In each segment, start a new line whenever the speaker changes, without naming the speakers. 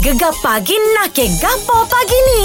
Gegar pagi nak ke gapo pagi ni?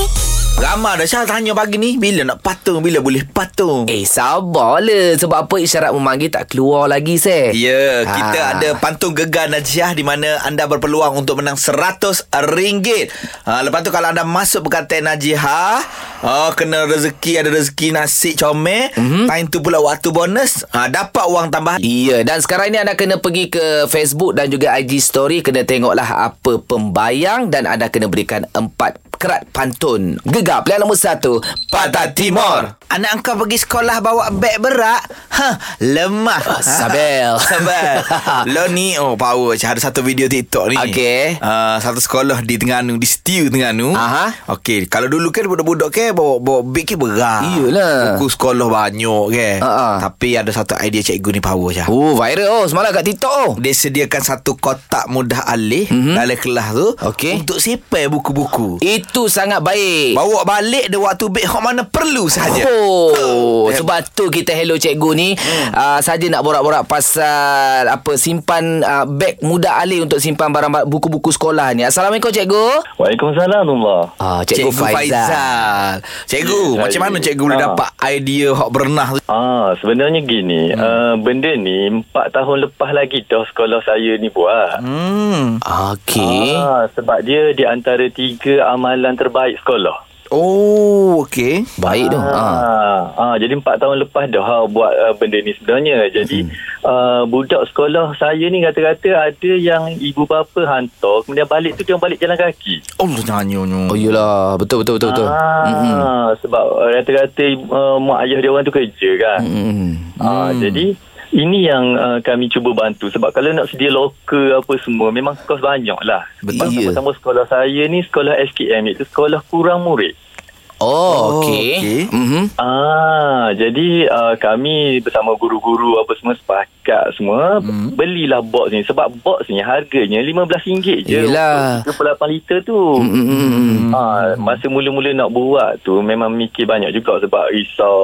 Ramai dah Syah tanya pagi ni Bila nak patung Bila boleh patung
Eh sabarlah Sebab apa isyarat memanggil tak keluar lagi seh
Ya, kita
Ah.
ada pantung gegar Najiah di mana anda berpeluang untuk menang RM100. Ha, lepas tu kalau anda masuk perkataan Najiah, oh, kena rezeki, ada rezeki nasi comel,
Mhm.
mm-hmm. time tu pula waktu bonus, ha, dapat wang tambahan.
Iya dan sekarang ni anda kena pergi ke Facebook dan juga IG story Kena tengoklah apa pembayang Dan anda kena berikan empat kerat pantun Gegar pilihan nombor satu Pantai Timur
Anak engkau pergi sekolah bawa beg berat, ha, lemah.
Ah, Sabel
Sabar Lo ni Oh power Macam ada satu video TikTok ni
Okey.
uh, Satu sekolah di Tengganu Di Stiu Tengganu
Aha.
Okey Kalau dulu kan budak-budak kan Bawa, bawa beg ke berat
Iyalah.
Buku sekolah banyak kan
Ha, ha.
Tapi ada satu idea cikgu ni power je
Oh viral oh semalam kat TikTok oh
dia sediakan satu kotak mudah alih mm-hmm. dalam kelas tu
Mhm. Okey. Eh.
untuk sipai buku-buku.
Itu sangat baik
Bawa balik dia waktu beg hok mana perlu saja.
Oh, sebab tu kita hello cikgu ni hmm. uh, saja nak borak-borak pasal apa simpan uh, beg muda alih untuk simpan barang buku-buku sekolah ni. Assalamualaikum cikgu.
Waalaikumsalam Allah.
Ah, cikgu, cikgu Faizal.
Faizal. Cikgu,
Ya,
macam
saya.
mana cikgu boleh
Ha.
dapat idea hok berenah tu?
Ah, sebenarnya gini, hmm. uh, benda ni 4 tahun lepas lagi dah sekolah saya ni buat. Hmm.
Okey. Ah.
Ah, sebab dia di antara tiga amalan terbaik sekolah.
Oh, okey.
Baik tu. Ah.
Ah, ah, jadi 4 tahun lepas dah ah, buat uh, benda ni sebenarnya. Jadi hmm. uh, budak sekolah saya ni kata-kata ada yang ibu bapa hantar, kemudian balik tu dia balik jalan kaki.
Allah nyanyonya.
Oh yalah, betul betul betul betul. Mm-mm.
Ah, sebab uh, kata-kata uh, mak ayah dia orang tu kerja kan.
Mm-mm.
Ah, jadi ini yang uh, kami cuba bantu sebab kalau nak sedia loker apa semua memang kos banyak lah. Sebab
Betul.
sama-sama sekolah saya ni sekolah SKM iaitu sekolah kurang murid.
Oh, okey.
okey.
Mhm.
Ah, jadi uh, kami bersama guru-guru apa semua sepakat semua hmm. belilah box ni sebab box ni harganya RM15 je.
Yelah.
Untuk 38 liter tu.
Mhm.
Hmm. Ah, masa mula-mula nak buat tu memang mikir banyak juga sebab risau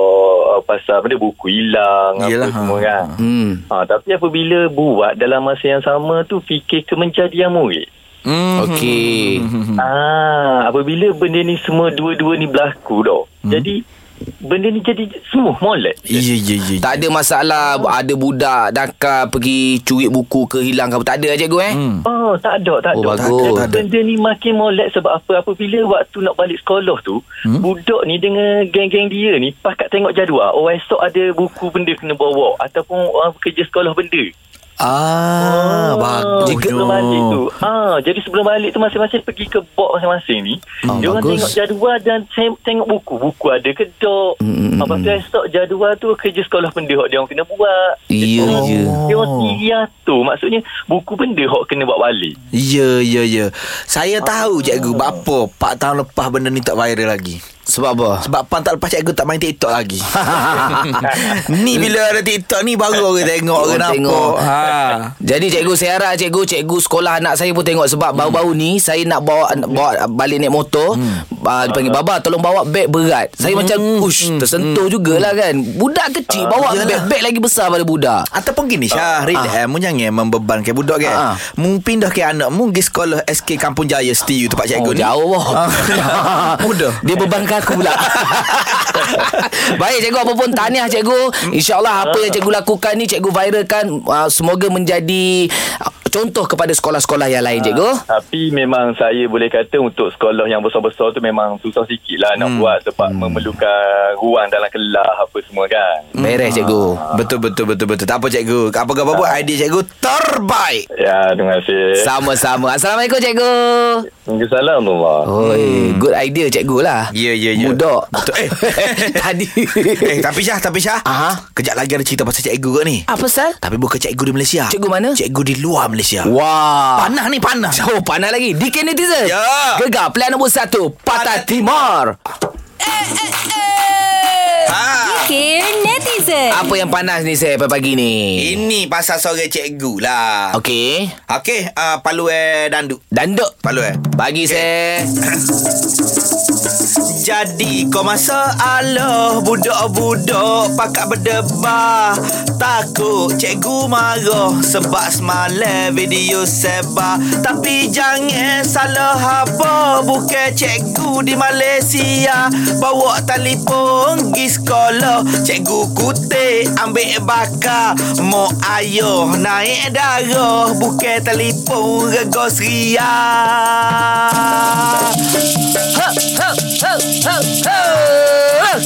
uh, pasal benda buku hilang
Yelah,
apa semua
ha.
kan.
Hmm.
Ha, tapi apabila buat dalam masa yang sama tu fikir kemenjadian murid.
Mhm.
Mm.
Okey.
Hmm. Ah, apabila benda ni semua dua-dua ni berlaku dah.
Mhm.
Hmm. Jadi benda ni jadi semua molek.
Ya, ya, ya.
Tak ada masalah ada budak nakal pergi curi buku ke hilang ke apa. tak ada cikgu eh.
Hmm.
Oh, tak ada, tak
Oh,
ada.
bagus.
Jadi
Tak ada.
Benda ni makin molek sebab apa? Apabila waktu nak balik sekolah tu, hmm? budak ni dengan geng-geng dia ni pakat tengok jadual. Oh, esok ada buku benda kena bawa ataupun uh, kerja sekolah benda.
Oh,
Ah, bagus.
Oh. Jika sebelum balik tu. Ah, jadi sebelum balik tu masing-masing pergi ke box masing-masing ni.
Ah,
Oh, dia orang
bagus.
tengok jadual dan teng- tengok buku. Buku ada ke tak.
Mm, mm,
Mm, Lepas tu esok jadual tu kerja sekolah benda hok dia orang kena buat.
Ya,
Dia orang-
ya.
Dia orang tiria tu. Maksudnya buku benda hok kena buat balik.
Ya, ya, ya. Saya
Ah.
tahu cikgu bapa 4 tahun lepas benda ni tak viral lagi.
Sebab apa?
Sebab pan tak lepas cikgu tak main TikTok lagi.
Hmm.
ni bila ada TikTok ni baru orang tengok
Orang
orang
tengok.
nampak. Ha.
Jadi cikgu saya harap cikgu cikgu sekolah anak saya pun tengok
Hmm.
sebab baru-baru ni saya nak bawa nak bawa balik naik motor hmm. uh, dipanggil baba tolong bawa beg berat. Saya
Hmm.
macam ush tersentuh jugalah kan. Budak
Ah,
kecil bawa beg-beg lagi besar pada budak.
Ataupun gini Syah Rid eh, Mu jangan membebankan budak kan
Ah.
Mu pindah ke anak Mu pergi sekolah SK Kampung Jaya Setiu tempat cikgu
Oh,
ni Ah,
jauh wah.
Mudah
Dia bebankan aku pula. Baik cikgu apa pun tahniah
Hmm.
cikgu. InsyaAllah apa yang cikgu lakukan ni cikgu viralkan uh, semoga menjadi uh, contoh kepada sekolah-sekolah yang lain cikgu.
Ah.
Tapi memang saya boleh kata untuk sekolah yang besar-besar tu memang susah sikit lah
Hmm.
nak buat sebab memerlukan ruang dalam kelas apa semua kan.
Beres
Hmm.
cikgu.
Betul betul betul betul. Tak apa cikgu. Apa khabar
Ah.
pun idea cikgu terbaik.
Ya,
Eh?
terima kasih.
Sama-sama. Assalamualaikum cikgu.
Waalaikumsalam Allah.
Oh. Oi, good idea cikgu lah.
Ya, ya, ya.
Budak.
Betul. Eh.
Tadi.
Eh tapi Syah, tapi Syah.
Aha.
Kejap lagi ada cerita pasal cikgu kot ni.
Apa sal?
Tapi bukan cikgu di Malaysia.
Cikgu mana?
Cikgu di luar Malaysia.
Wah.
Panah ni panah.
Oh, panas lagi. DK Netizen.
Ya.
Gegar pilihan nombor satu. Patah Timur.
Eh, eh, eh.
Ha.
Fikir netizen. Sel?
Apa yang panas ni saya pagi-pagi ni?
Ini pasal seorang cikgu lah.
Okey.
Okey, uh, palu eh dandu.
Danduk.
Palu eh.
Bagi okay. saya.
Jadi kau masa aloh Budak-budak pakat berdebar Takut cikgu marah Sebab semalam video sebar Tapi jangan salah apa Bukan cikgu di Malaysia Bawa telefon pergi sekolah Cikgu kutik ambil bakar Mak ayah naik darah Bukan telefon regos ria
Ho, ho, ho, ho, ho.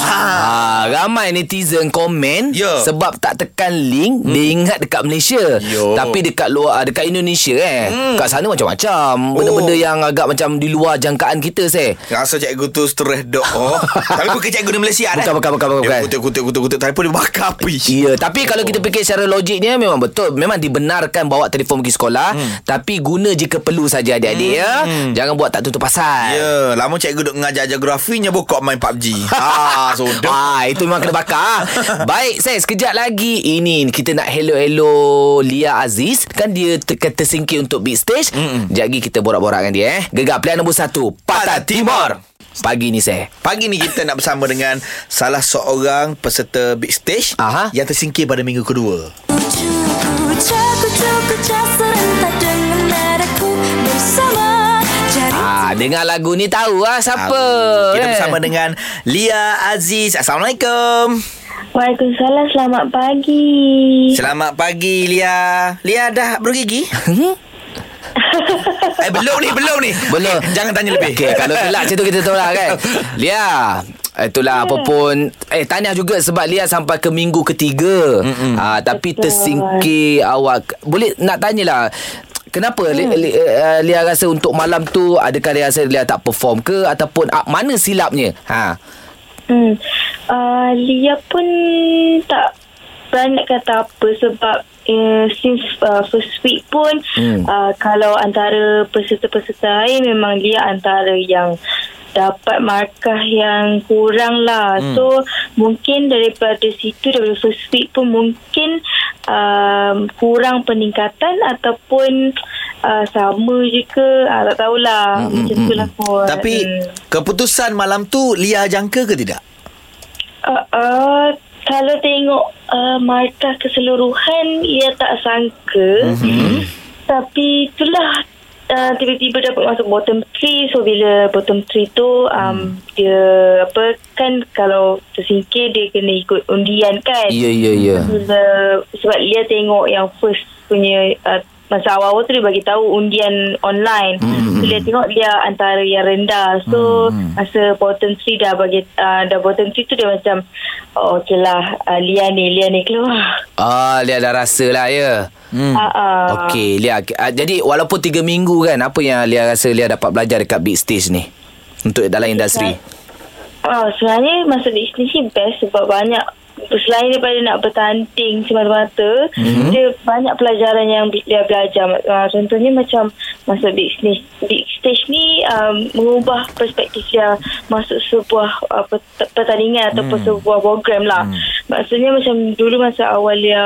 Ah, ramai netizen komen
Ya.
sebab tak tekan link hmm. dia ingat dekat Malaysia
Yo.
tapi dekat luar ah, dekat Indonesia eh hmm. Oh. kat sana macam-macam benda-benda yang agak macam di luar jangkaan kita seh
Rasa cikgu tu stres dok. Oh. Tapi bukan cikgu di Malaysia kan?
Bukan, bukan, bukan, bukan,
Dia
bukan.
kutuk-kutuk-kutuk telefon dia bakar api.
Ya, tapi kalau kita fikir secara logiknya memang betul. Memang dibenarkan bawa telefon pergi sekolah, hmm. tapi guna jika perlu saja adik-adik ya. Jangan buat tak tutup
Ya,
pasal.
yeah, lama cikgu duk ngajar geografinya bokok main PUBG. ah, sudah.
Ah, itu memang kena bakar. Baik, saya sekejap lagi ini kita nak hello-hello Lia Aziz. Kan dia ter- tersingkir untuk big stage. Mm-mm. Sekejap lagi kita borak-borak dengan dia eh. Gegar pilihan nombor satu, Patah
Patah
Timur.
Timur.
Pagi ni saya.
Pagi ni kita nak bersama dengan salah seorang peserta big stage
Aha.
yang tersingkir pada minggu kedua.
Cukup, cukup, cukup Cas serentak dengan nadaku bersama Jari
Ah, dengar lagu ni tahu lah siapa.
Ah, Kita
eh.
bersama dengan Lia Aziz. Assalamualaikum.
Waalaikumsalam, selamat pagi.
Selamat pagi Lia. Lia dah bergigi? eh belum ni, belum ni.
Belum
Eh, Jangan tanya lebih.
Okay kalau gelak macam tu kita tolak kan Lia Itulah apa pun Eh tahniah juga Sebab Lia sampai ke minggu ketiga ah, Tapi
Betul.
tersingkir awak Boleh nak tanyalah Kenapa Li- Li- eh, Lia rasa untuk malam tu Adakah Lia rasa Lia tak perform ke Ataupun ah, mana silapnya ha.
Hmm. Uh, Lia pun tak banyak kata apa sebab uh, since uh, first week pun
Hmm.
hmm. uh, kalau antara peserta-peserta lain memang Lia antara yang dapat markah yang kurang lah. Hmm. So mungkin daripada situ daripada first week pun mungkin um, kurang peningkatan ataupun uh, sama je ke uh, tak tahulah hmm, macam tu lah kot.
Tapi
Hmm.
keputusan malam tu Lia jangka ke tidak?
Uh, uh, kalau tengok uh, markah keseluruhan, ia tak sangka. Mm-hmm. Tapi itulah uh, tiba-tiba dapat masuk bottom 3. So bila bottom 3 tu um, dia apa kan kalau tersingkir dia kena ikut undian kan.
Ya ya ya
Bila sebab dia tengok yang first punya uh, masa awal-awal tu dia bagi tahu undian online. Mm-hmm. So dia tengok dia antara yang rendah. So mm-hmm. masa bottom 3 dah bagi uh, dah bottom 3 tu dia macam oh, okeylah uh, Lia ni Lia ni keluar.
Ah, Lia dah rasa lah ya
Hmm. Uh, uh,
Okey Lia ah, Jadi walaupun 3 minggu kan Apa yang Lia rasa Lia dapat belajar Dekat big stage ni Untuk dalam industri
Oh, sebenarnya masa di sini sih best sebab banyak selain daripada nak bertanding semata-mata mm-hmm. dia banyak pelajaran yang bi- dia belajar uh, contohnya macam masa big stage big stage ni um, mengubah perspektif dia masuk sebuah uh, pet- pertandingan ataupun sebuah program lah maksudnya macam dulu masa awal dia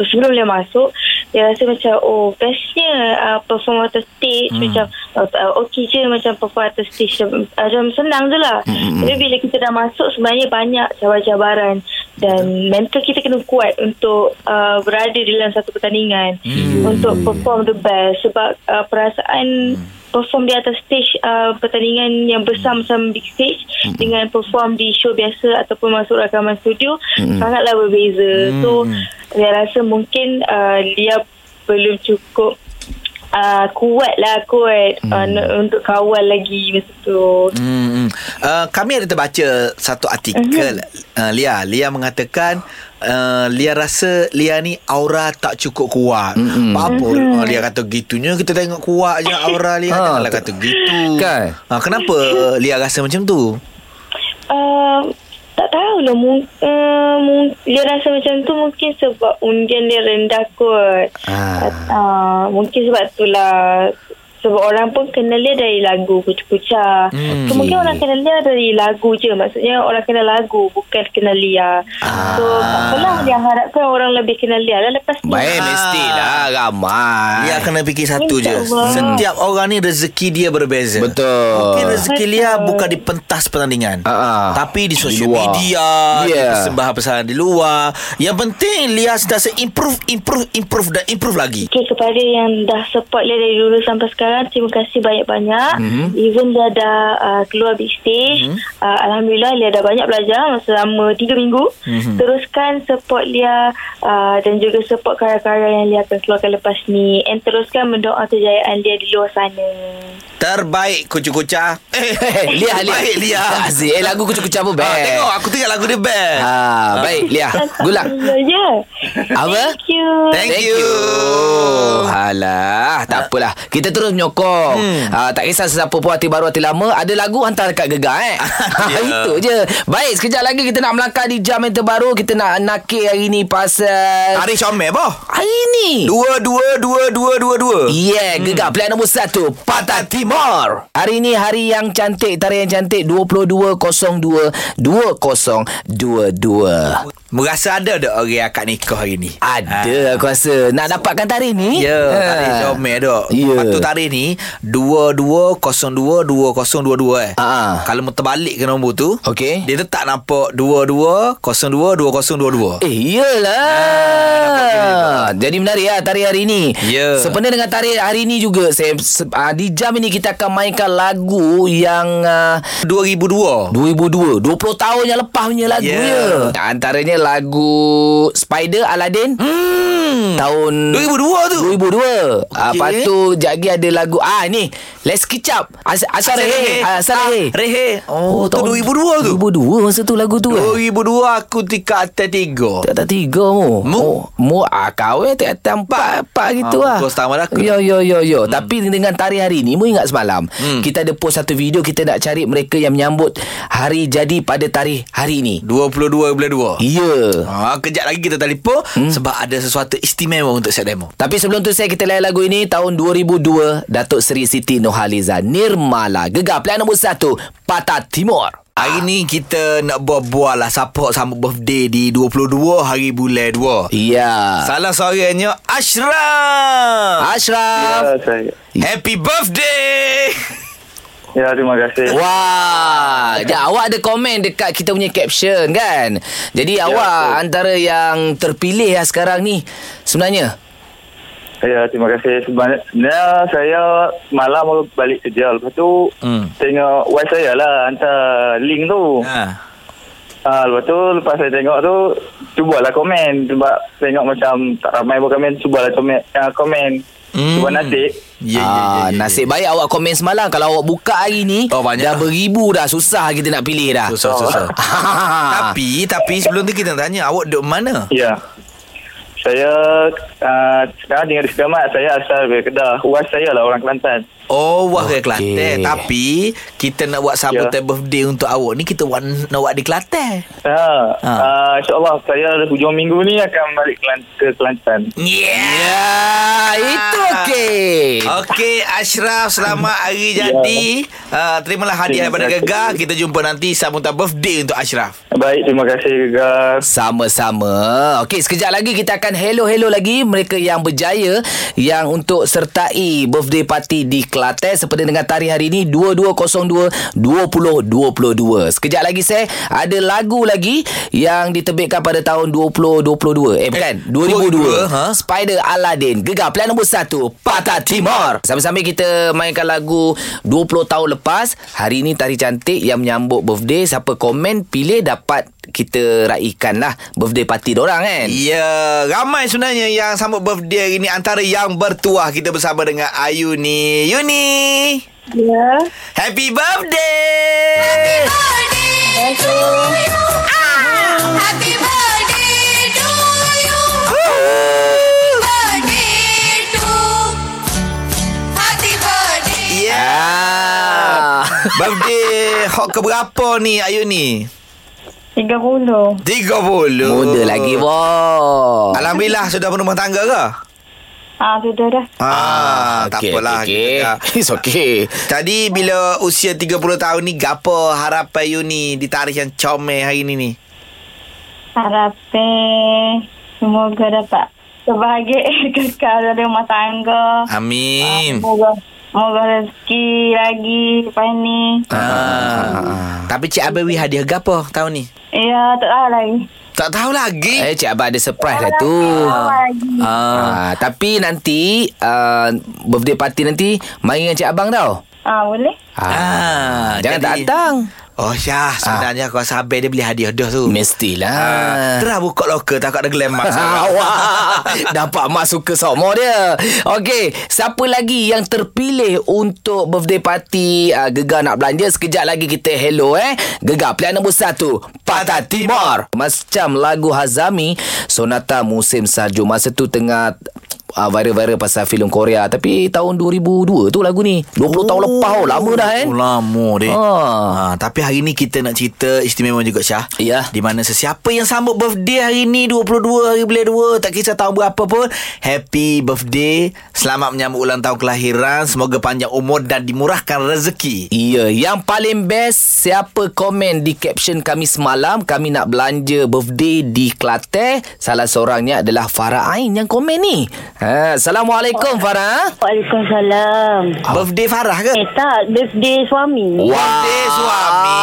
sebelum dia masuk dia rasa macam oh bestnya uh, perform atas stage hmm. macam uh, okey je macam perform atas stage macam, macam senang je lah hmm. tapi bila kita dah masuk sebenarnya banyak cabaran-cabaran dan mental kita kena kuat untuk uh, berada dalam satu pertandingan hmm. untuk perform the best sebab uh, perasaan perform di atas stage uh, pertandingan yang besar macam big stage mm-hmm. dengan perform di show biasa ataupun masuk rakaman studio mm-hmm. sangatlah berbeza. Mm. So saya rasa mungkin uh, dia belum cukup uh, kuat lah kuat mm. uh, nak- untuk kawal lagi masa tu. Mm.
Hmm. Uh, kami ada terbaca satu artikel uh, Lia. Lia mengatakan uh, Lia rasa Lia ni aura tak cukup kuat. Mm-hmm. Apa mm-hmm. Lia kata gitunya kita tengok kuat je aura Lia.
Ha,
Janganlah
tu-
kata gitu.
Kan?
Uh, kenapa uh, Lia rasa macam tu?
Uh, tak tahulah mung, uh, mung, dia rasa macam tu mungkin sebab undian dia rendah kot.
Ah.
Ah, mungkin sebab itulah sebab orang pun kenal dia dari lagu Kucu-Kuca hmm. so mungkin orang kenal dia dari lagu je maksudnya orang kenal lagu bukan kenal dia so apalah dia harapkan orang lebih kenal dia lah lepas
Ah.
ni
Baik,
Ah.
mestilah ramai.
Ya kena fikir satu je
InsyaAllah.
Setiap orang ni rezeki dia berbeza
Betul.
Mungkin rezeki dia bukan di pentas pertandingan
Ah, ah.
Tapi di
Di
sosial
luar.
media
Yeah.
Di persembahan-persembahan di luar Yang penting Lia sentiasa improve Improve Improve dan improve lagi
Okay, kepada yang dah support dia dari dulu sampai sekarang, terima kasih banyak-banyak.
Mhm.
Mm-hmm. Even dia dah uh, keluar big stage, mm-hmm. uh, Alhamdulillah dia dah banyak belajar selama 3 minggu. Mm-hmm.
Mhm.
Teruskan support dia uh, dan juga support karya-karya yang dia akan keluarkan lepas ni. And teruskan mendoa kejayaan dia di luar sana.
Terbaik kucu-kuca Eh
Hei, Lia, Lia.
Baik Lia
Aziz, eh lagu kucu-kucu
Ah,
apa, Beb?
Tengok aku tengok lagu dia best
Ah, baik, Lia. Good luck.
Ya, ya.
Apa?
Thank you.
Thank you.
Alah, tak apalah. Kita terus menyokong. Hmm. tak kisah sesiapa pun hati baru, hati lama. Ada lagu hantar dekat gegar eh.
Ya.
Itu je. Baik, sekejap lagi kita nak melangkah di jam yang terbaru. Kita nak nakir hari ni pasal...
Hari comel boh
Hari ni. Ya,
Dua, dua, dua, dua, dua, dua
Yeah, gegar hmm. pilihan nombor satu Pantai Timur Hari ni hari yang cantik Tarikh yang cantik 2202 2022
Merasa ada tak orang akad nikah hari ni?
Ah, Ada aku rasa Nak dapatkan tarikh
Ah.
ni
Ya,
Ha.
tarikh comel dok.
Ya.
Lepas tu tarikh ni 22022022 eh.
Ah.
Kalau mu terbalik ke nombor tu,
Okey.
dia letak nampak 22022022.
Eh,
Ah,
iyalah. Jadi menarik lah tarikh hari ni.
Ya.
Sebenarnya dengan tarikh hari ni juga, saya, se, uh, di jam ini kita akan mainkan lagu yang uh,
2002.
2002. 20 tahun yang lepas punya lagu
Ya.
ya. Antaranya lagu Spider Aladdin. Hmm. Tahun
2002 tu.
2002. Okay.
Okey.
Ah, Lepas tu sekejap lagi ada lagu ah ni Let's Kicap. As Ah, Asarehe. Asarehe.
Ah, Rehe. Oh, tu 2002 tu.
2002 masa tu lagu tu.
Oh,
eh?
2002 aku tika atas 3.
Tak tak tiga mu.
Mu?
Oh, mu ah kau eh tak tak empat empat gitu
Ah,
ah.
pukul setengah malam ke?
Yo yo yo yo. Hmm. Tapi dengan tarikh hari ni mu ingat semalam hmm. kita ada post satu video kita nak cari mereka yang menyambut hari jadi pada tarikh hari ni.
22 bulan 2.
Ya.
Ha, kejap lagi kita telefon hmm. sebab ada sesuatu istimewa untuk set demo.
Tapi sebelum tu saya kita layan lagu ini tahun 2002 Datuk Seri Siti Nohaliza Nirmala Gegar pilihan nombor 1 Patah Timur.
Hari ni kita nak buat-buat lah Support sambut birthday di 22 hari bulan 2
Ya.
Salah seorangnya
Ah.
Ashraf
Ashraf.
Ya, saya.
Happy birthday
Ya, terima kasih.
Wah, ya, awak ada komen dekat kita punya caption kan. Jadi ya, awak
betul.
antara yang terpilih lah sekarang ni sebenarnya.
Ya, terima kasih. Sebenarnya saya malam baru balik kerja. Lepas tu
Hmm.
hmm. tengok wife saya lah hantar link
Oh.
tu. Ha.
ha.
lepas tu lepas saya tengok tu cubalah komen sebab tengok macam tak ramai pun komen cubalah komen uh, komen.
Hmm.
Hmm. Cuba nasib.
Ya, ya, ya,
ah,
ya,
nasib baik awak komen semalam kalau awak buka hari ni
Oh, banyak.
dah beribu dah susah kita nak pilih dah.
Susah, susah Tapi Tapi sebelum tu kita nak tanya Awak duduk mana?
Ya. Saya uh, sekarang tinggal di Sekamat. Saya asal dari Kedah. Wife saya lah orang Kelantan.
Oh, wah okay.
Okey.
Kelantan Tapi Kita nak buat sambutan
Ya.
birthday untuk awak ni Kita buat, nak buat di Kelantan
Ha.
Ha.
ha. Uh, InsyaAllah saya hujung minggu ni akan balik Kelan- ke Kelantan.
Yeah, Ya,
Ah, itu okey.
Ah. Okey Ashraf Selamat hari jadi uh, Terimalah hadiah
Ya. Terima
daripada
kasih.
Gegar Kita jumpa nanti Sambutan birthday untuk Ashraf
Baik, terima kasih Gegar.
Sama-sama. Okey, sekejap lagi kita akan hello-hello lagi mereka yang berjaya yang untuk sertai birthday party di Kelantan seperti dengan tarikh hari ini 2202-2022. Sekejap lagi saya ada lagu lagi yang diterbitkan pada tahun 2022. Eh, bukan. 2002.
2002, ha?
Spider Aladdin. Gegar pilihan nombor 1. Patah Timur. Sambil-sambil kita mainkan lagu 20 tahun lepas. Hari ini Tari Cantik yang menyambut birthday. Siapa komen pilih dapat kita raikan lah birthday party orang kan.
Ya Ramai sebenarnya yang sambut birthday hari ini Antara yang bertuah Kita bersama dengan Ayu ni Yuni
Ya.
Happy birthday
Happy birthday to you. Birthday to. Happy birthday.
Ya. Yeah
Ah.
Birthday Hok keberapa ni Ayu ni? 30
30.
Muda lagi boh.
Alhamdulillah sudah berumah tangga ke?
Ah, sudah dah.
Ah, tak
okey,
apalah.
okey,
Kita dah-
okey. It's okay.
Tadi bila usia 30 tahun ni Gapo harapan you ni Di tarikh yang comel hari ni ni
Harapan eh, semoga dapat kebahagiaan kekal dalam rumah tangga.
Amin
Semoga semoga rezeki lagi lepas ni.
ah. Tapi Cik Abel we hadiah gapo tahun ni
Ya, tak tahu lagi.
Tak tahu lagi
Eh, Cik Abah ada surprise lah tu.
Ah.
Ah, tapi nanti uh, birthday party nanti main dengan Cik Abang tau.
ah, boleh?
Ah, jangan
jadi-
tak datang. Ah.
Oh Syah Sebenarnya aku rasa Abel dia beli hadiah dah tu
Mestilah.
ah. Terah buka loka Takut ada glamour
Awak Dapat mak suka semua dia Okey Siapa lagi yang terpilih Untuk birthday party uh, Gegar nak belanja Sekejap lagi kita hello eh Gegar pilihan nombor satu Patah Timur Macam lagu Hazami Sonata Musim Salju Masa tu tengah uh, viral-viral pasal filem Korea tapi tahun 2002 tu lagu ni 20 oh. tahun lepas oh, lama dah kan
Oh, lama deh.
Ah.
Ha, tapi hari ni kita nak cerita istimewa juga Syah.
Ya.
Di mana sesiapa yang sambut birthday hari ni 22 hari bulan 2 tak kisah tahun berapa pun happy birthday. Selamat menyambut ulang tahun kelahiran. Semoga panjang umur dan dimurahkan rezeki.
Ya, yang paling best siapa komen di caption kami semalam kami nak belanja birthday di Kelate. Salah seorangnya adalah Farah Ain yang komen ni. Ha, Assalamualaikum Farah.
Waalaikumsalam.
Birthday Farah ke?
Eh tak, birthday suami.
Birthday suami.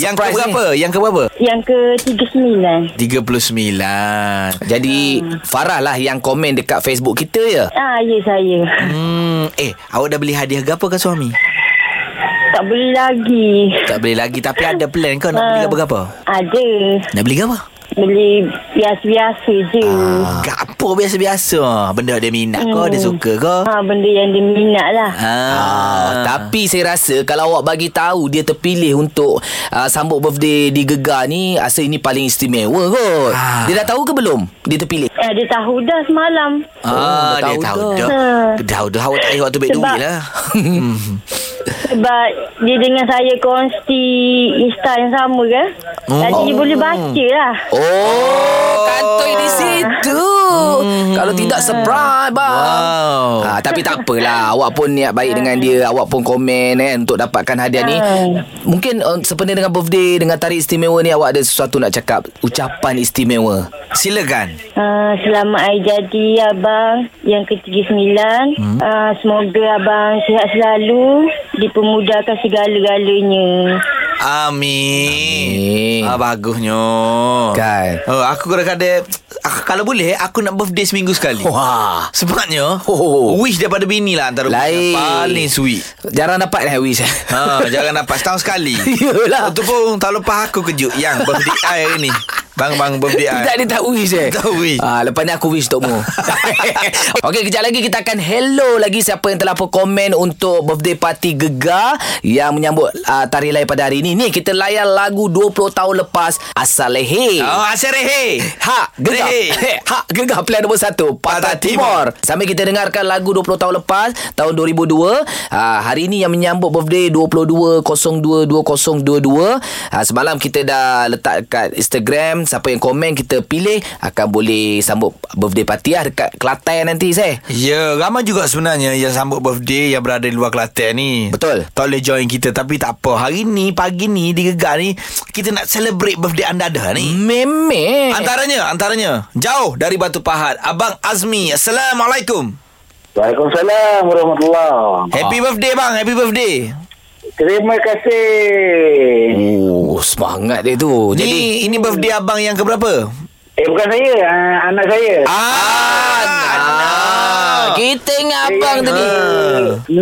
Yang ke
Surprise
berapa?
ni.
Yang ke berapa?
Yang ke-39.
39.
Jadi Farah lah yang komen dekat Facebook kita ya.
Ah, ya saya.
Hmm, eh, awak dah beli hadiah ke apa ke suami?
Tak beli lagi.
Tak beli lagi tapi ada plan kau nak beli
Ah.
apa apa?
Ada.
Nak beli ke apa?
Beli biasa-biasa je.
Ah. Gapo biasa-biasa Benda dia minat hmm. kau Dia suka kau
Ha, benda yang dia minat lah.
Ah,
Ah, tapi
tapi saya rasa kalau awak bagi tahu dia terpilih untuk uh, sambut birthday di Gegar ni, rasa ini paling istimewa kot.
Ah.
Dia dah tahu ke belum? Dia terpilih.
Eh, dia tahu dah semalam.
ah,
Oh,
dia tahu dah.
Ha,
Dia tahu dah awak tak payah waktu baik
Sebab-
duit lah.
Sebab dia dengan saya kongsi Insta yang sama kan. Jadi dia boleh baca lah.
Oh, kantoi di
Ah.
situ. Hmm. Kalau tidak surprise bang.
Wow.
Ah, tapi tak apalah. Awak pun niat baik dengan dia. Awak pun komen kan untuk dapatkan hadiah ni.
Ah.
Hmm.
Mungkin uh, sepenuh dengan birthday dengan tarikh istimewa ni awak ada sesuatu nak cakap, ucapan istimewa.
Silakan.
Uh, selamat hari jadi abang yang ke-39. Hmm. Uh, semoga abang sihat selalu, dipermudahkan segala-galanya.
Amin.
Amin.
Ah, bagusnya.
Kan.
Oh, aku kadang-kadang ah, kalau boleh aku nak birthday seminggu
Oh,
sekali.
Wah.
Sebabnya
Oh.
Wish daripada bini lah Antara
Lain.
yang Paling sweet
Jarang dapat eh wish.
ha, Jangan dapat Setahun sekali
Yelah.
Itu pun tahun lepas aku kejut Yang birthday I hari ni Bang-bang birthday I
Tidak dia tak wish eh
Tak wish.
ah, Lepas ni aku wish untukmu Okey kejap lagi kita akan hello lagi Siapa yang telah pun komen untuk birthday party Gegar Yang menyambut ah, tarikh lahir pada hari ini Ni kita layan lagu 20 tahun lepas Asal Leher
Oh, asal rehe.
Ha, gegar.
Leher.
ha, gegar pilihan nombor satu. Patah
Patah Timur.
Timur. Sambil kita dengarkan lagu 20 tahun lepas, tahun 2002. Ha, hari ini yang menyambut birthday 22022022. Ha, semalam kita dah letak kat Instagram. Siapa yang komen kita pilih akan boleh sambut birthday party lah dekat Kelantan nanti, saya.
Ya, ramai juga sebenarnya yang sambut birthday yang berada di luar Kelantan ni.
Betul.
Tak boleh join kita tapi tak apa. Hari ni, pagi ni di Gegar ni kita nak celebrate birthday anda dah ni.
Memek.
Antaranya, antaranya jauh dari Batu Pahat, Abang Azmi. Assalamualaikum.
Waalaikumsalam warahmatullahi
Happy birthday bang, happy birthday.
Terima kasih.
Oh, semangat dia tu.
Jadi,
Oh, Jadi,
ni ini birthday abang yang keberapa?
Eh bukan saya, ah, anak saya.
Ah,
ah,
anak.
kita ingat abang tadi.
Ah.
16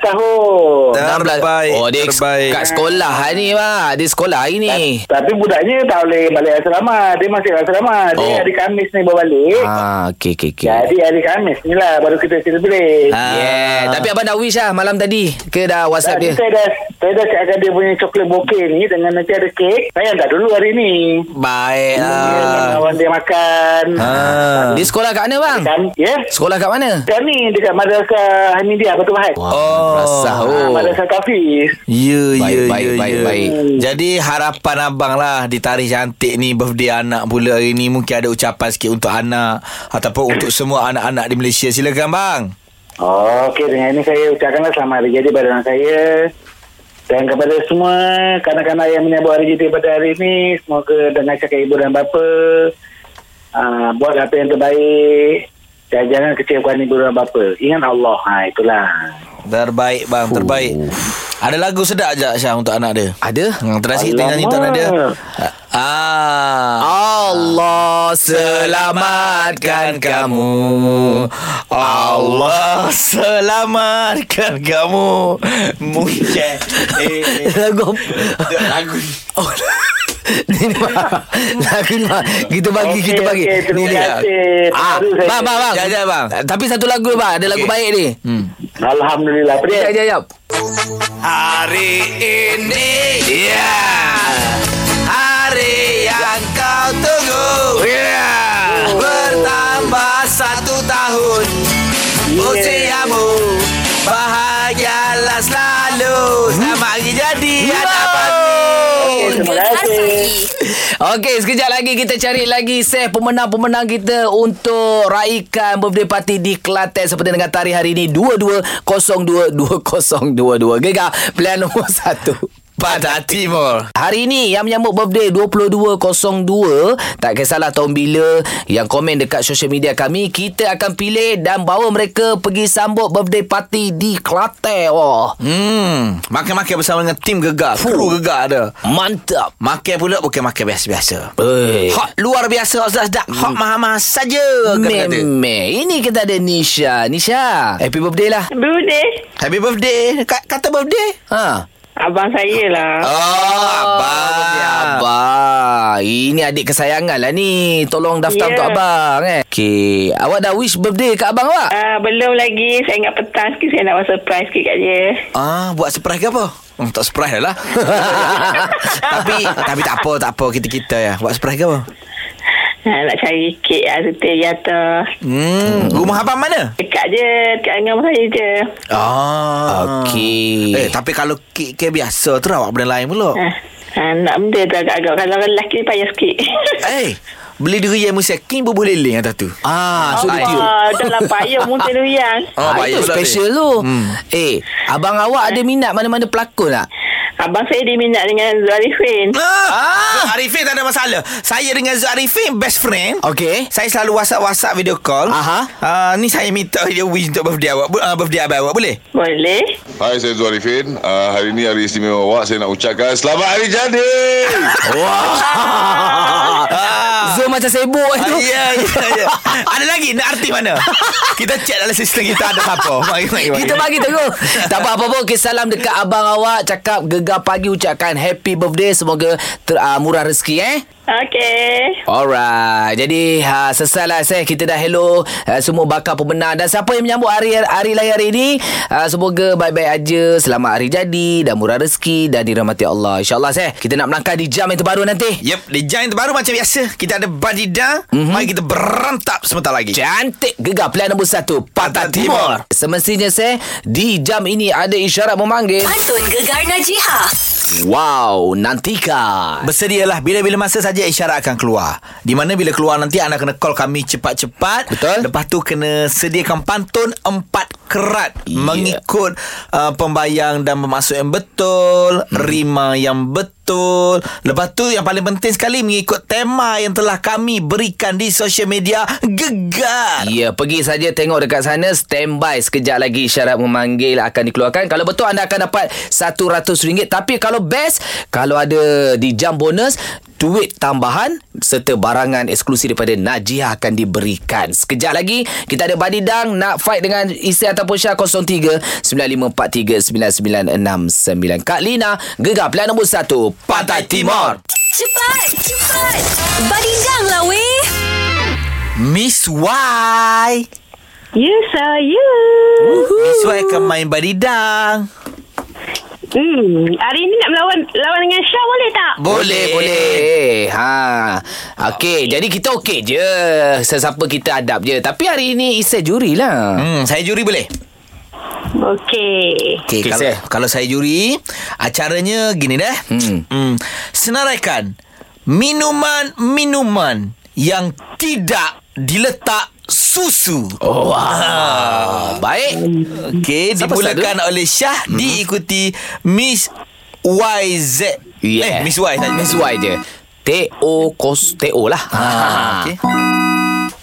tahun.
16.
Terbaik,
Oh dia
terbaik.
kat sekolah hari ni bah. Dia sekolah hari ni
Tapi budaknya tak boleh balik asrama. Dia masih asrama. Dia
Oh.
hari Khamis ni berbalik.
Ah, okey okey okey.
Jadi hari Khamis ni lah baru kita celebrate.
Ah.
Yeah, tapi abang dah wish lah malam tadi ke dah WhatsApp
Tadi
dia.
saya dah saya dah cakap dia punya coklat bokeh ni dengan nanti ada kek. Saya hantar dulu hari ni.
Baik
Ah.
Dia
Ya.
dengan
lah.
Kawan dia makan.
Ah.
Ha. Ah. Dia sekolah kat mana bang?
Kan, ya.
Sekolah kat mana?
Kami dekat Madrasah Hamidiah Batu Pahat.
Wah, Rasah
Ah,
oh.
Madrasah Kafiz.
Ya,
Baik,
ya,
baik,
ya,
baik,
ya.
baik.
Jadi harapan abang lah di tarikh cantik ni birthday anak pula hari ni mungkin ada ucapan sikit untuk anak ataupun untuk semua anak-anak di Malaysia. Silakan bang.
Oh, Okey, dengan ini saya ucapkanlah selamat hari jadi pada anak saya dan kepada semua kanak-kanak yang menyambut hari jadi pada hari ini, semoga dengan cakap ibu dan bapa uh, buat apa yang terbaik dan jangan kecewakan ibu dan bapa. Ingat Allah. Ha, itulah.
Terbaik bang, terbaik. Ada lagu sedap je Syah untuk anak dia.
Oh. Ada?
Hmm, terasa kita nyanyi untuk anak dia. Ah.
Allah selamatkan kamu.
Allah selamatkan kamu. Mungkin. Eh, eh.
Lagu
Lagu ni.
Oh. ni ni Mak. Lagu ni Mak. Kita bagi Eh,
Okey,
kita bagi.
okey, terima kasih.
Ah,
Terima kasih.
bang bang bang.
Jap, jap, bang.
Tapi satu lagu bang, ada lagu
Okey.
baik ni.
Hmm.
Alhamdulillah. Apa dia?
Jap jap jap.
Hari ini Ya Hari yang kau tunggu Ya Bertambah satu tahun Ya. Usiamu Bahagialah selalu Selamat hari jadi Anak Fazli
Terima kasih.
Okey, sekejap lagi kita cari lagi seh pemenang-pemenang kita untuk raikan birthday party di Kelantan seperti dengan tarikh hari ini 22022022. Gegar pilihan nombor 1.
Pada Timur
Hari ini yang menyambut birthday 2202 Tak kisahlah tahun bila Yang komen dekat social media kami Kita akan pilih dan bawa mereka pergi sambut birthday party di Kelantan Wah,
Hmm Makan-makan bersama dengan tim gegar Kru gegar ada
mantap
Makan pula bukan makan biasa-biasa
Eh.
Hot luar biasa Ustaz Hot mahal-mahal saja kata-kata.
Meme Ini kita ada Nisha Nisha Happy birthday lah
Birthday
Happy birthday Ka- Kata birthday
Ha
Abang saya lah
Oh,
Birthday
abang
Abang Ini adik kesayangan lah ni Tolong
Ya.
daftar untuk abang eh Okay Awak dah wish birthday kat abang awak?
Ya.
uh, Belum lagi Saya ingat petang sikit Saya nak buat surprise sikit kat dia
Ah, buat surprise ke apa? Hmm, tak surprise dah lah Tapi Tapi tak apa Tak apa Kita-kita ya Buat surprise ke apa?
uh, Nak cari kek lah Serta jata
Hmm, Rumah abang mana?
Dekat je Dekat dengan rumah saya je
Ah
Okey.
Eh tapi kalau kek-kek biasa tu Awak benda lain pula
uh, uh, Nak benda tu agak-agak Kalau lelaki ni payah sikit
Eh Beli diri yang musim King bubuh lilin atas tu
Ah,
Allah,
sudah tiup.
Dalam payah Mungkin duyang
Oh,
Ah,
baik
itu
pula
special
ni.
tu. Hmm. Eh, abang awak ada minat mana-mana pelakon tak?
Abang saya diminat dengan Zarifin
Ah, ah. Arifin tak ada masalah Saya dengan Zul Arifin Best friend
Okey.
Saya selalu whatsapp-whatsapp video call
Aha.
uh, Ni saya minta dia wish untuk birthday awak Bu- uh, Birthday abang awak boleh?
Boleh
Hai, saya Zul Arifin. Uh, hari ini hari istimewa awak. Saya nak ucapkan selamat hari jadi.
Wah.
Ah.
Zul macam sibuk
Ah,
tu.
Ya, ya, ya. Ada lagi nak arti mana? Kita check dalam sistem kita ada siapa. Mari, mari, mari.
Kita bagi terus Tak apa-apa pun okay, Salam dekat abang awak Cakap gegar pagi Ucapkan happy birthday Semoga ter, uh, murah rezeki eh
Okay
Alright Jadi uh, Selesai lah saya Kita dah hello uh, Semua bakal pemenang Dan siapa yang menyambut hari hari lahir hari ini uh, Semoga baik-baik aja Selamat hari jadi Dan murah rezeki Dan dirahmati Allah InsyaAllah saya Kita nak melangkah di jam yang terbaru nanti
Yep, design terbaru macam biasa. Kita ada badidang. Mm-hmm. Mari kita berantap sebentar lagi.
Cantik gegar pilihan nombor satu Pantai
Pantai Timur.
Timur Semestinya saya Di jam ini ada isyarat memanggil
Pantun Gegar Najiha.
Wow Nantikan
Bersedialah bila-bila masa saja isyarat akan keluar. Di mana bila keluar nanti anda kena call kami cepat-cepat.
Betul.
Lepas tu kena sediakan pantun empat kerat yeah. mengikut uh, pembayang dan pemasuk yang betul, hmm. rima yang betul. Lepas tu yang paling penting sekali mengikut tema yang telah kami berikan di social media gegar.
Ya, pergi saja tengok dekat sana standby sekejap lagi syarat memanggil akan dikeluarkan. Kalau betul anda akan dapat RM100. Tapi kalau best, kalau ada di jam bonus, duit tambahan serta barangan eksklusif daripada Najiha akan diberikan. Sekejap lagi kita ada Badidang nak fight dengan isteri ataupun Syah 03 9543 9969. Kak Lina, gegar pilihan nombor 1 Pantai Timur.
Cepat, cepat. Badindang lah weh.
Miss Y.
Ya saya
Miss Y akan main badidang.
Hmm, hari ni nak melawan lawan dengan Syah boleh tak?
Boleh, boleh. Eh, Ha. Okey, jadi kita okey je. Sesiapa kita adab je. Tapi hari ini Isa juri lah.
Hmm, saya juri boleh?
Okey.
Okey,
Okey,
kalau,
saya.
kalau saya juri, acaranya gini dah.
Hmm.
Hmm. Senaraikan minuman-minuman yang tidak diletak susu. Hmm?
Oh, wow. Ah, Baik.
Okey,
Siapa
dimulakan oleh Syah hmm. diikuti Miss YZ. Eh,
Yeah.
Miss Y saja.
Miss Y je. T-O kos T-O lah. Ha.
Okey.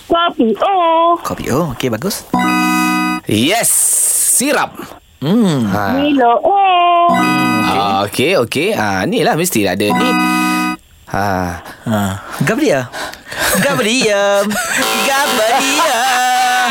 Kopi. Oh,
Ah. Kopi. Oh, okey bagus.
Yes. Sirap.
Hmm.
Ha.
Milo. Oh.
Ah, Okey, okey. Ha, ni lah mesti ada ni. Ha.
Ha. Gabriel. Gabriel. Gabriel.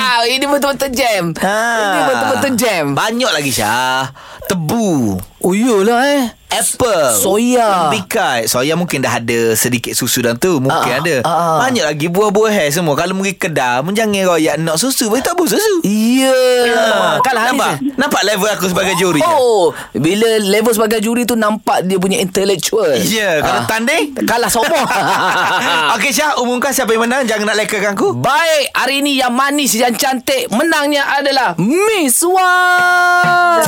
Ah, ini betul-betul jam.
Ha.
Ini betul-betul jam.
Banyak lagi Syah. Tebu. lah,
Uyulah eh.
Apple
Soya.
Bikai Soya mungkin dah ada Sedikit susu dalam tu Mungkin
Ah,
ada
ah.
Banyak lagi buah-buah hair semua Kalau pergi kedai Mun jangan royak nak susu Bagi tak apa susu
Ya.
Ah,
Kan hari
Nampak Nampak level aku sebagai juri
Oh, bila level sebagai juri tu nampak dia punya intellectual.
Ya yeah, Kalau
Ah.
tanding
kalah sombong.
Okey Syah Umumkan siapa yang menang Jangan nak lekakan aku
Baik, hari ini yang manis yang cantik menangnya adalah Miss Wan.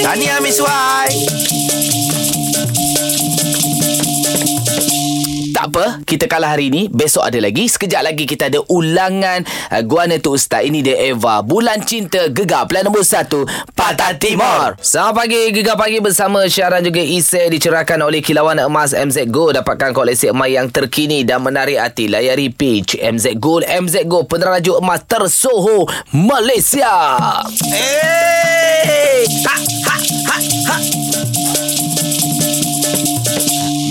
Tahniah Miss Wai
Tak apa, kita kalah hari ini. Besok ada lagi. Sekejap lagi kita ada ulangan uh, Guana Tu Ustaz. Ini dia Eva. Bulan Cinta Gegar. Pelan nombor 1, Patah Timur. Selamat pagi. Gegar pagi bersama Syaran juga Isai dicerahkan oleh kilauan emas MZ Gold. Dapatkan koleksi emas yang terkini dan menarik hati. Layari page MZ Gold. MZ Gold peneraju emas tersohor Malaysia.
Eh ha, ha, ha, ha.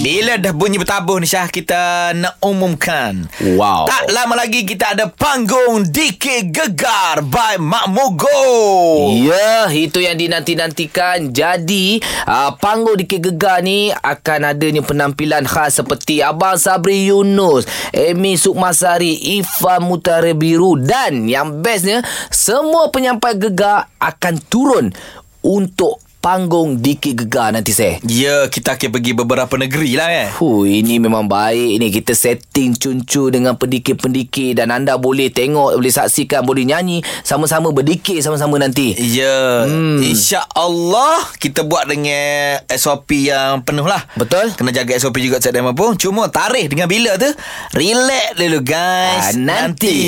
Bila dah bunyi bertabuh ni Syah Kita nak umumkan
Wow.
Tak lama lagi kita ada panggung DK Gegar by Mak Mogo. Oh.
Ya, itu yang dinanti-nantikan. Jadi, uh, panggung di Kek Gegar ni akan adanya penampilan khas seperti Abang Sabri Yunus, Amy Sukmasari, Ifan Mutare Biru dan yang bestnya, semua penyampai Gegar akan turun untuk panggung di Kek Gegar nanti, saya.
Ya, kita akan pergi beberapa negeri lah eh.
Fuh, ini memang baik ni kita setting cuncu dengan pendikir-pendikir dan anda boleh tengok, boleh saksikan, boleh nyanyi sama-sama berdikir sama-sama nanti.
Ya, hmm. insya-Allah kita buat dengan SOP yang penuh lah.
Betul.
Kena jaga SOP juga setiap time apa. Cuma tarikh dengan bila tu, relax dulu guys.
Ah, nanti.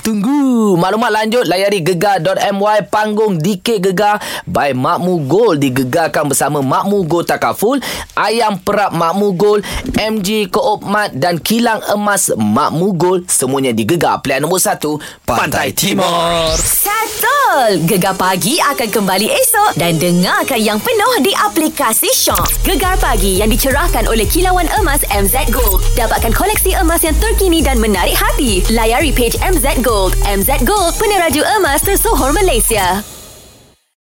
Tunggu. Maklumat lanjut layari gegar.my panggung DK Gegar by Makmu Gold digegarkan bersama Makmu Gold Takaful, Ayam Perap Makmu Gold, MG Koop Mat dan Kilang Emas Makmu Gold semuanya digegar pilihan nombor 1 Pantai,
Pantai Timur.
Settle! Gegar pagi akan kembali esok dan dengarkan yang penuh di aplikasi Shock. Gegar pagi yang dicerahkan oleh kilauan emas MZ Gold. Dapatkan koleksi emas yang terkini dan menarik hati. Layari page MZ Gold. MZ Gold, peneraju emas tersohor Malaysia.